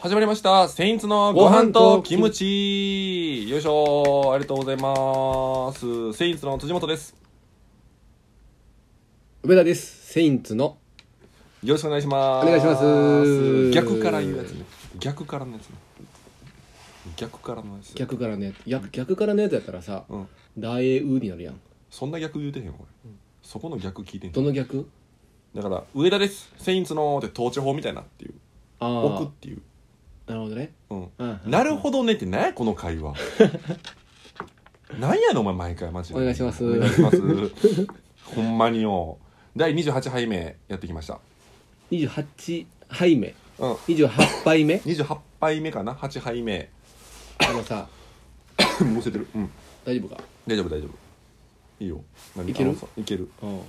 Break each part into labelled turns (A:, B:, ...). A: 始まりました。セインツのご飯とキムチ。よいしょ。ありがとうございます。セインツの辻元です。
B: 梅田ですセインツの
A: よろしくお願いします。
B: お願いします
A: 逆から言うやつね。逆からのやつね。逆からのやつ。
B: 逆からのやつ逆逆からのやつやったらさ
A: うん。
B: 「大英ウ」になるやん
A: そんな逆言うてへんよ、これ。そこの逆聞いてん
B: どの逆
A: だから、上田です。セインツのって統治法みたいなっていう。
B: あ
A: 置くっ
B: あ
A: ていう。
B: なるほどね
A: うん。
B: うん
A: なるほどねってなんやこの会 話なんやのお前毎回マジで
B: お願いします
A: お願いしますほんまによ第28杯目やってきました
B: 28杯目
A: うん
B: 28杯目
A: 28杯目かな8杯目
B: あのさ
A: もうせてるうん
B: 大丈夫か
A: 大丈夫大丈夫いいよ何
B: いける
A: あのさいける
B: うん
A: ん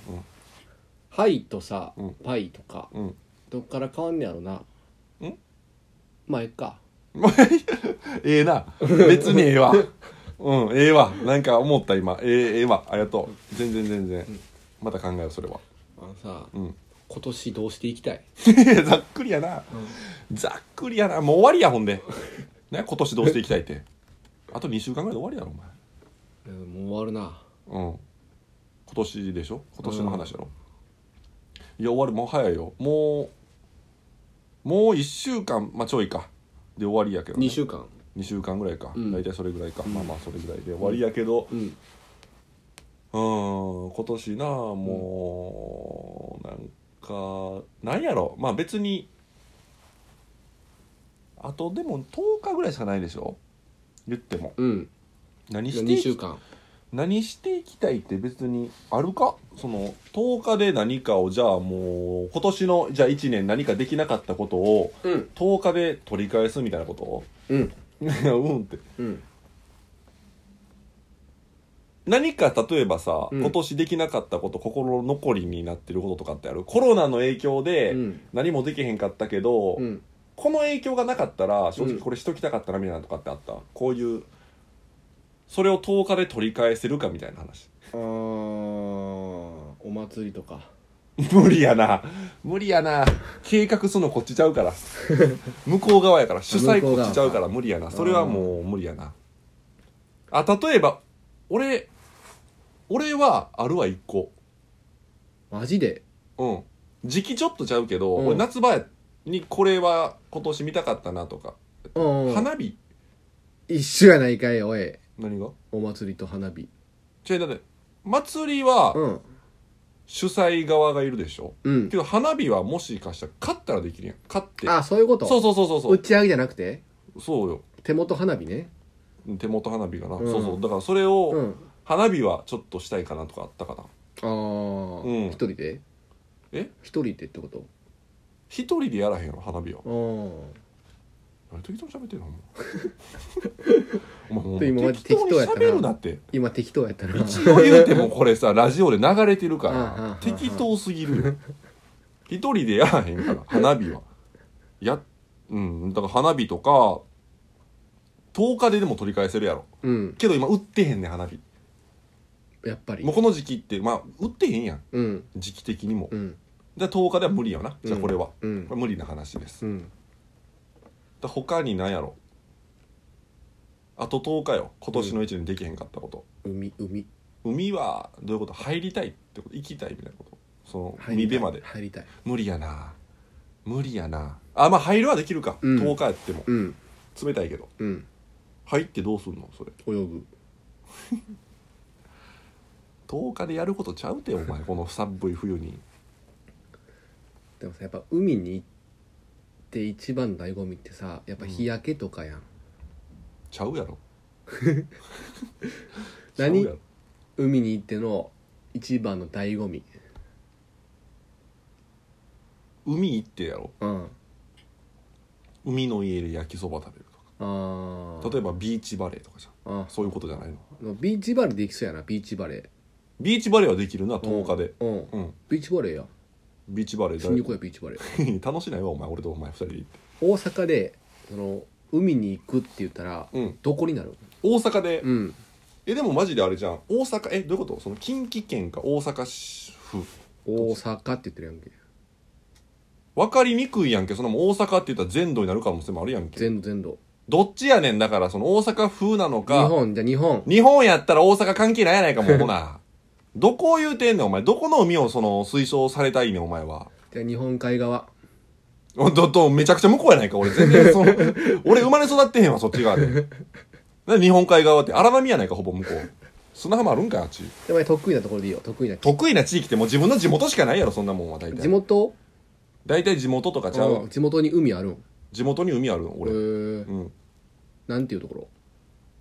B: はいとさ
A: うん
B: パイとか
A: うん
B: どっから変わんねやろなんまあえっか
A: ええな別にええ わうんええわなんか思った今ええええわありがとう全然全然また考えようそれは
B: あのさ
A: うん
B: 今年どうしていきたい
A: ざっくりやなざっくりやなもう終わりやほんで、 ね、今年どうしていきたいってあと2週間ぐらいで終わりやろ
B: うんもう終わるな
A: お前うん今年でしょ今年の話やろ、いや終わるもう早いよもうもう1週間まあちょいかで終わりやけど、
B: 2週間
A: 2週間ぐらいか、
B: うん
A: 大体それぐらいか、まあまあそれぐらいで終わりやけど
B: うん
A: うん今年なもう、なんかなんやろまあ別にあとでも10日ぐらいしかないでしょ言っても
B: うん
A: 何して
B: 2週間
A: 何していきたいって別にあるかその10日で何かをじゃあもう今年のじゃあ1年何かできなかったことを
B: うん
A: 10日で取り返すみたいなこと
B: うん
A: いやうんって
B: うん
A: 何か例えばさ、
B: うん
A: 今年できなかったこと心残りになってることとかってあるコロナの影響で
B: うん
A: 何もできへんかったけど、
B: うん
A: この影響がなかったら正
B: う
A: 直
B: ん
A: これしときたかったなみたいなのとかってあったこういうそれを10日で取り返せるかみたいな話
B: あーお祭りとか
A: 無理やな無理やな計画するのこっちちゃうから 向こう側やから主催こっちちゃうから無理やなそれはもう無理やなあ例えば俺俺はあるわ1個
B: マジで
A: うん時期ちょっとちゃうけど、
B: うん
A: 俺夏場にこれは今年見たかったなとか、
B: うんうん
A: 花火
B: 一緒やないかいおい
A: 何が
B: お祭りと花火
A: 違うだって祭りは
B: うん
A: 主催側がいるでしょ、
B: うん
A: けど花火はもしかしたら勝ったらできるやん勝って
B: あそういうこと
A: そうそうそうそうそ
B: 打ち上げじゃなくて
A: うそうよ
B: 手元花火ね
A: 手元花火かな、
B: うん
A: そうそうだからそれを、
B: うん
A: 花火はちょっとしたいかなとかあったかな
B: ああ
A: うん
B: 一人で
A: え
B: 一人でってこと
A: 一人でやらへんやろ花火は
B: あ
A: 何適当に喋ってんの お前お前
B: で今
A: も
B: ま
A: う
B: で
A: 適当に
B: 適当やったな
A: 喋るなって
B: 今適当やったな
A: 一応言うてもこれ さラジオで流れてるか
B: あああああ
A: ら
B: あ
A: 適当すぎるよ一人でやらへんから花火はやうんだから花火とか10日ででも取り返せるやろ
B: うん
A: けど今売ってへんねん花火
B: やっぱり
A: もうこの時期ってまあ売ってへんやん
B: うん
A: 時期的にも
B: うん
A: で10日では無理よなじゃあこれは、
B: うん
A: これ無理な話です
B: うん
A: だ他に何やろあと10日よ今年の1年できへんかったこと、
B: 海海
A: 海はどういうこと入りたいってこと行きたいみたいなことその
B: 入
A: 海
B: りたい
A: 辺まで
B: 入りたい
A: 無理やな無理やなあまあ入るはできるか、
B: うん
A: 10日やっても
B: うん
A: 冷たいけど
B: うん
A: 入ってどうすんのそれ
B: 泳ぐ
A: 10日でやることちゃうてお前この寒い冬に
B: でもさやっぱ海に行って一番醍醐味ってさやっぱ日焼けとかやん
A: ちゃうやろちゃ
B: 何
A: うやろ
B: 海に行っての一番の醍醐味
A: 海行ってやろ
B: うん
A: 海の家で焼きそば食べる
B: あ
A: とか例えばビーチバレーとかじゃ
B: あ
A: んそういうことじゃないの
B: ビーチバレーできそうやなビーチバレ
A: ビーチバレーはできるな
B: ー
A: 10日で
B: うん、
A: うん、
B: ビーチバレーや
A: ビーチバレー
B: しに行こ
A: だ
B: うやビーチバレ ー
A: 楽しないわお前俺とお前2人で行って
B: 大阪でその海に行くって言ったら、
A: うん
B: どこになる
A: 大阪で、
B: うん
A: えでもマジであれじゃん大阪えどういうことその近畿圏か大阪市府
B: 大阪って言ってるやんけ
A: 分かりにくいやんけそんなもん大阪って言ったら全土になる可能性もあるやんけ
B: 全土全土
A: どっちやねんだからその大阪風なの
B: 日
A: か
B: 本じゃあ日本
A: 日本やったら大阪関係ないやないかもうほな どこを言うてんねんお前どこの海をその推奨されたいねんお前は
B: じゃあ日本海側
A: おどどめちゃくちゃ向こうやないか俺全然その 俺生まれ育ってへんわそっち側でなんで日本海側って荒波やないかほぼ向こう砂浜あるんかいあっち
B: でお前得意なところでいいよ得意な
A: 得意な地域ってもう自分の地元しかないやろそんなもんは大
B: 地
A: 体
B: 元
A: 大体地元とかちゃ
B: うん
A: う
B: 地元に海あるん
A: 地元に海あるの
B: へ
A: 俺
B: え
A: うん
B: なんていうところ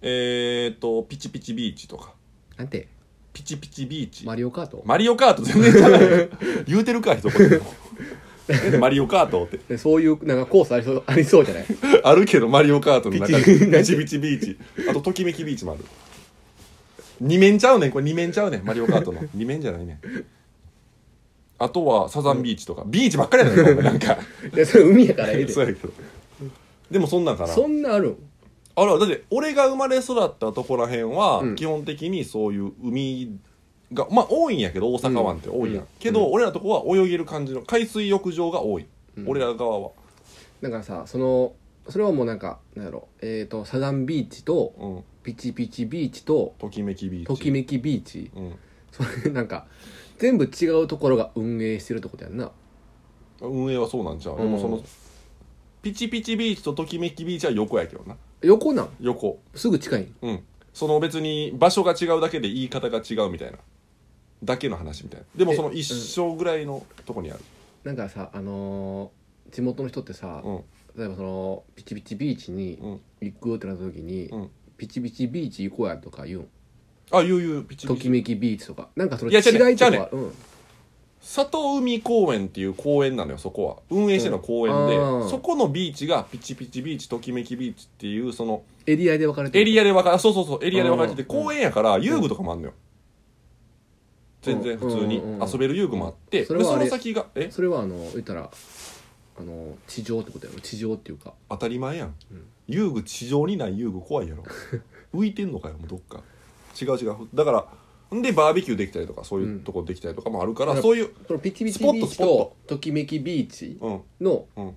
A: えーっとピチピチビーチとか
B: なんて
A: ピチピチビーチ
B: マリオカート
A: マリオカート全然ちゃうやん 言うてるか一言で もなんでマリオカートって
B: でそういうなんかコースありそうありそう じゃない
A: あるけどマリオカートの中に
B: ピ
A: ピ
B: チ
A: チピチビーチあとときめきビーチもある二面ちゃうねんこれ二面ちゃうねんマリオカートの二面じゃないねんあとはサザンビーチとか、ビーチばっかりやねんなんか
B: い やそれ海やからええで
A: そうやけどでもそんなんかな
B: そんなあるん
A: あらだって俺が生まれ育ったとこらへんは
B: うん
A: 基本的にそういう海が、まあ多いんやけど大阪湾って多いやん、
B: うん
A: けど、俺らのとこは泳げる感じの海水浴場が多い、俺ら側は
B: だからさそのそれはもうなんかなんやろえっ、とサザンビーチと
A: うん
B: ピチピチビーチと
A: ときめきビーチ
B: ときめきビーチ
A: うん
B: それなんか全部違うところが運営してるってことやんな
A: 運営はそうなんちゃう、
B: うん
A: でもそのピチピチビーチとときめきビーチは横やけどな
B: 横なん
A: 横
B: すぐ近いん
A: うんその別に場所が違うだけで言い方が違うみたいなだけの話みたいなでもその
B: え
A: 一生ぐらいのとこにある
B: なんかさあのー地元の人ってさ、
A: うん
B: 例えばそのピチピチビーチに
A: うん
B: 行くってなった時に、
A: うん
B: ピチピチビーチ行こうやとか言うん
A: あゆうゆうピチ
B: と
A: ピ
B: き
A: チ
B: めきビーチとかなんかそれ
A: いや違うね
B: 違いと
A: 違
B: か
A: うね
B: はうん
A: 里海公園っていう公園なのよそこは運営してるのは公園で、
B: うんあー
A: そこのビーチがピチピチビーチときめきビーチっていうその
B: エリアで分かれて
A: エリアで分かれそうそうそうエリアで分かれてて
B: うん
A: 公園やから遊具とかもあんのよ全然普通に
B: うんうんうん
A: 遊べる遊具もあって、
B: それ
A: で
B: はあ
A: そ
B: れ
A: の先がえ
B: それはあの言ったらあの地上ってことやろ地上っていうか
A: 当たり前やん、
B: うん
A: 遊具地上にない遊具怖いやろ 浮いてんのかよもうどっか違う違うだからんでバーベキューできたりとかそういうとこできたりとかもあるから、
B: うん
A: そういう、
B: そのピチピ
A: ス
B: チ
A: ポ
B: ビ
A: ッ
B: ー
A: ト
B: チ
A: スポッ
B: と
A: ト
B: ときめきビーチ
A: うん、
B: の
A: うん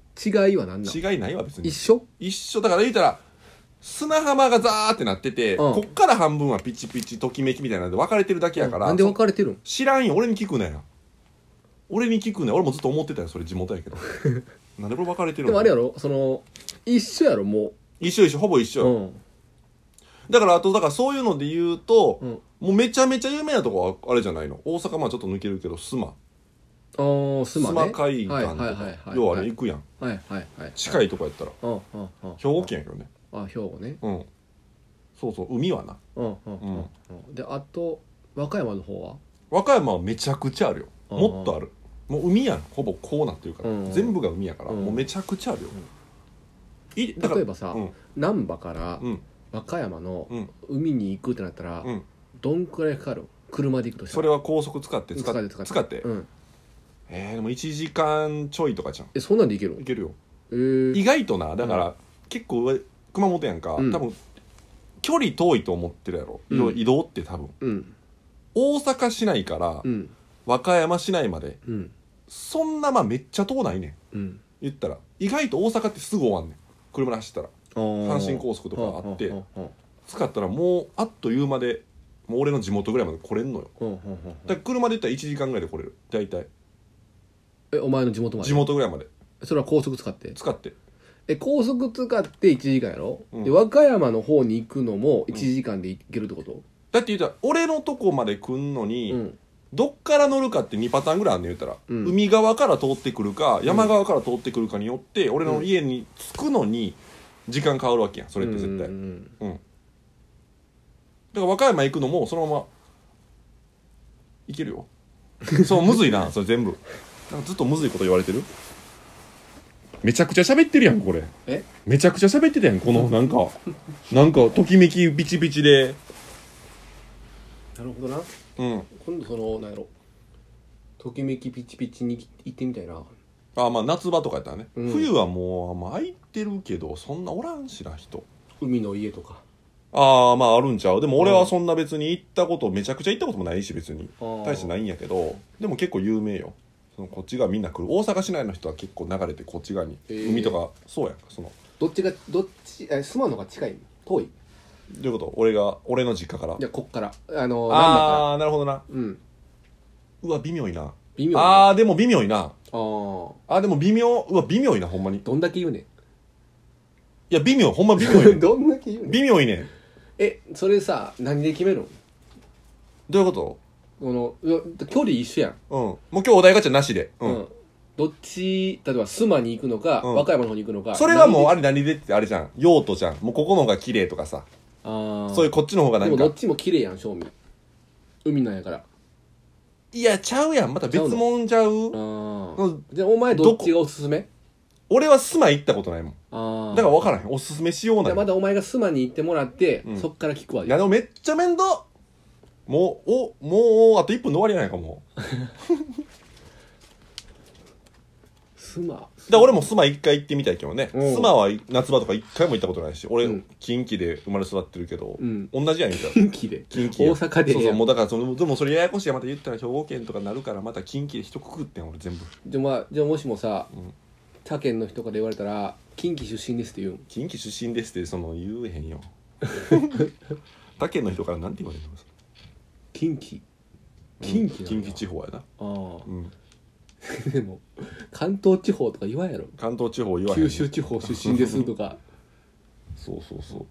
B: 違いは何なの
A: 違いないわ別に
B: 一緒
A: 一緒だから言うたら砂浜がザーってなってて、
B: うん
A: こっから半分はピチピチときめきみたいなんで分かれてるだけやから、
B: なんで分かれてるん
A: 知らんよ俺に聞くなよ俺に聞くなよ俺もずっと思ってたよそれ地元やけ どなんでこれ分かれてるの
B: でもあれやろその一緒やろも
A: 一緒一緒ほぼ一
B: う
A: 緒、
B: うん
A: だからあとだからそういうので言うと、
B: うん
A: もうめちゃめちゃ有名なとこはあれじゃないの大阪まあちょっと抜けるけど須磨
B: あースマね
A: 海岸とか、
B: はいはいはいはい
A: 要はあれ行くやん、
B: はいはいはい
A: 近いとこやったら
B: うんうんうん
A: 兵庫県やけどね
B: あ兵庫ね
A: うんそうそう海はな
B: うんうんうんうんであと和歌山の方は
A: 和歌山はめちゃくちゃあるよ
B: うん
A: もっとあるもう海やんほぼこうなっていうから、
B: うん
A: 全部が海やから、
B: うん
A: もうめちゃくちゃあるよ、いだから
B: 例えばさ
A: うん
B: 難波から
A: うん
B: 和歌山の
A: うん
B: 海に行くってなったら、
A: うん
B: どんくらいかかる車で行くとした
A: そ
B: ら
A: れは高速使って使っ
B: 使ってて使って
A: 使って、
B: うん、
A: えー、でも1時間ちょいとかじゃん
B: えそんなんで行ける
A: いけるよ
B: えー、
A: 意外となだから、結構上熊本やんか、
B: うん
A: 多分距離遠いと思ってるやろ、
B: うん
A: 移動移動って多分
B: うん
A: 大阪市内から
B: うん
A: 和歌山市内まで
B: うん
A: そんなまあめっちゃ遠ないねん
B: うん
A: 言ったら意外と大阪ってすぐ終わんねん車で走ったら阪神高速とかあって使ったらもうあっという間でもう俺の地元ぐらいまで来れんのよだから車で言ったら1時間ぐらいで来れる大体
B: えお前の地元まで
A: 地元ぐらいまで
B: それは高速使って
A: 使って
B: え高速使って1時間やろ、
A: うん
B: で和歌山の方に行くのも1時間で行けるってこと、
A: だって言ったら俺のとこまで来んの
B: う
A: に、
B: ん
A: どっから乗るかって2パターンぐらいあんねん言ったら、
B: うん
A: 海側から通ってくるか山側から通ってくるかによって俺の家に着くのに時間変わるわけやんそれって絶対、
B: うんうん
A: うんだから和歌山行くのもそのまま行けるよそうむずい なそれ全部なんかずっとむずいこと言われてるめちゃくちゃ喋ってるやんこれ
B: え
A: めちゃくちゃ喋ってたやんこ のなんかなんかときめきビチビチで
B: なるほどな
A: うん
B: 今度そのなんやろときめきピチピチに行ってみたいな
A: あまあ夏場とかやったらね、
B: うん
A: 冬はもうあんま空いてるけどそんなおらんしな人
B: 海の家とか
A: ああまああるんちゃうでも俺
B: う
A: は
B: ん
A: そんな別に行ったことめちゃくちゃ行ったこともないし別に
B: あー
A: 大してないんやけどでも結構有名よそのこっち側みんな来る大阪市内の人は結構流れてこっち側に、
B: へー
A: 海とかそうやんその
B: どっちがどっちえ住まんのが近い遠い
A: どういうこと俺が俺の実家から
B: いやこっからあの
A: ああーなるほどな
B: 難波からうん
A: うわ微妙いな
B: 微妙
A: あ
B: あ
A: あでも微妙いな
B: あー
A: あーでも微妙うわ微妙いなほんまにい
B: どんだけ言うね
A: や微妙ほんま微妙いね
B: ん
A: ん
B: どんだけ言うねん
A: 微妙いねん
B: えそれさ何で決めるの
A: どういうこ
B: このうわ距離一緒やん
A: とうんもう今日お題ガチャなしでうん、
B: どっち例えば須磨に行くのか、
A: うん
B: 和歌山の方に行くのか
A: それはもうあ
B: れ
A: れ何でってあれじゃん用途じゃんもうここの方が綺麗とかさ
B: あ
A: そういううこっちの方が
B: で
A: 何
B: もどっ
A: か
B: ちも綺麗やん正味海なんやからあ
A: いやちゃうやんまた別もんちゃう
B: あ
A: うん
B: じゃあお前どっちがおすすめ
A: 俺は住まい行ったことないもん
B: ああ
A: だから分からへんおすすめしよう
B: じ
A: な
B: ゃあ
A: ん
B: まだお前が須磨に行ってもらって、
A: うん
B: そっから聞くわ
A: いやでもめっちゃ面倒もうおもうあと1分で終わりやないかもう
B: 須磨
A: だから俺もスマ一回行ってみたいけどね
B: うん
A: スマは夏場とか一回も行ったことないし俺、
B: うん
A: 近畿で生まれ育ってるけど、
B: うん
A: 同じやんみたいな
B: 近畿で
A: 近畿や
B: 大阪で
A: そうそうもうだからそのでもそれややこしいやまた言ったら兵庫県とかなるからまた近畿で一括ってん俺全部
B: じゃあまあじゃあもしもさ、
A: うん
B: 他県の人から言われたら近畿出身ですって言うん
A: 近畿出身ですってその言えへん よ他県の人からなんて言われるの
B: 近畿近畿な
A: 近
B: んや
A: 畿地方やな、
B: ああ
A: うん、
B: でも関東地方とか言わんやろ
A: 関東地方言わへん
B: 九州地方出身です とか
A: そうそうそう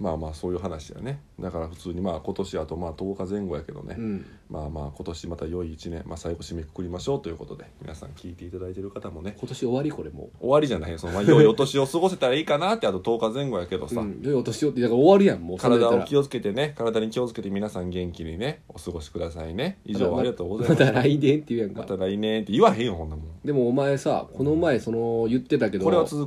A: まあまあそういう話だよねだから普通にまあ今年あとまあ10日前後やけどね、
B: うん
A: まあまあ今年また良い1年、まあ、最後締めくくりましょうということで皆さん聞いていただいてる方もね
B: 今年終わりこれも
A: 終わりじゃないよそのまあ良いお年を過ごせたらいいかなってあと10日前後やけど
B: う、
A: さ、
B: うん、良いお年をってだから終わるやんもう
A: 体を
B: そ
A: 気をつけてね体に気をつけて皆さん元気にねお過ごしくださいね以
B: れやったら
A: 上ありがとうござい
B: ま
A: ま
B: た
A: す
B: また来年って言うやん
A: ま
B: か
A: た来年って言わへんよこんなもん
B: でもお前さこの前その言ってたけど
A: これは続く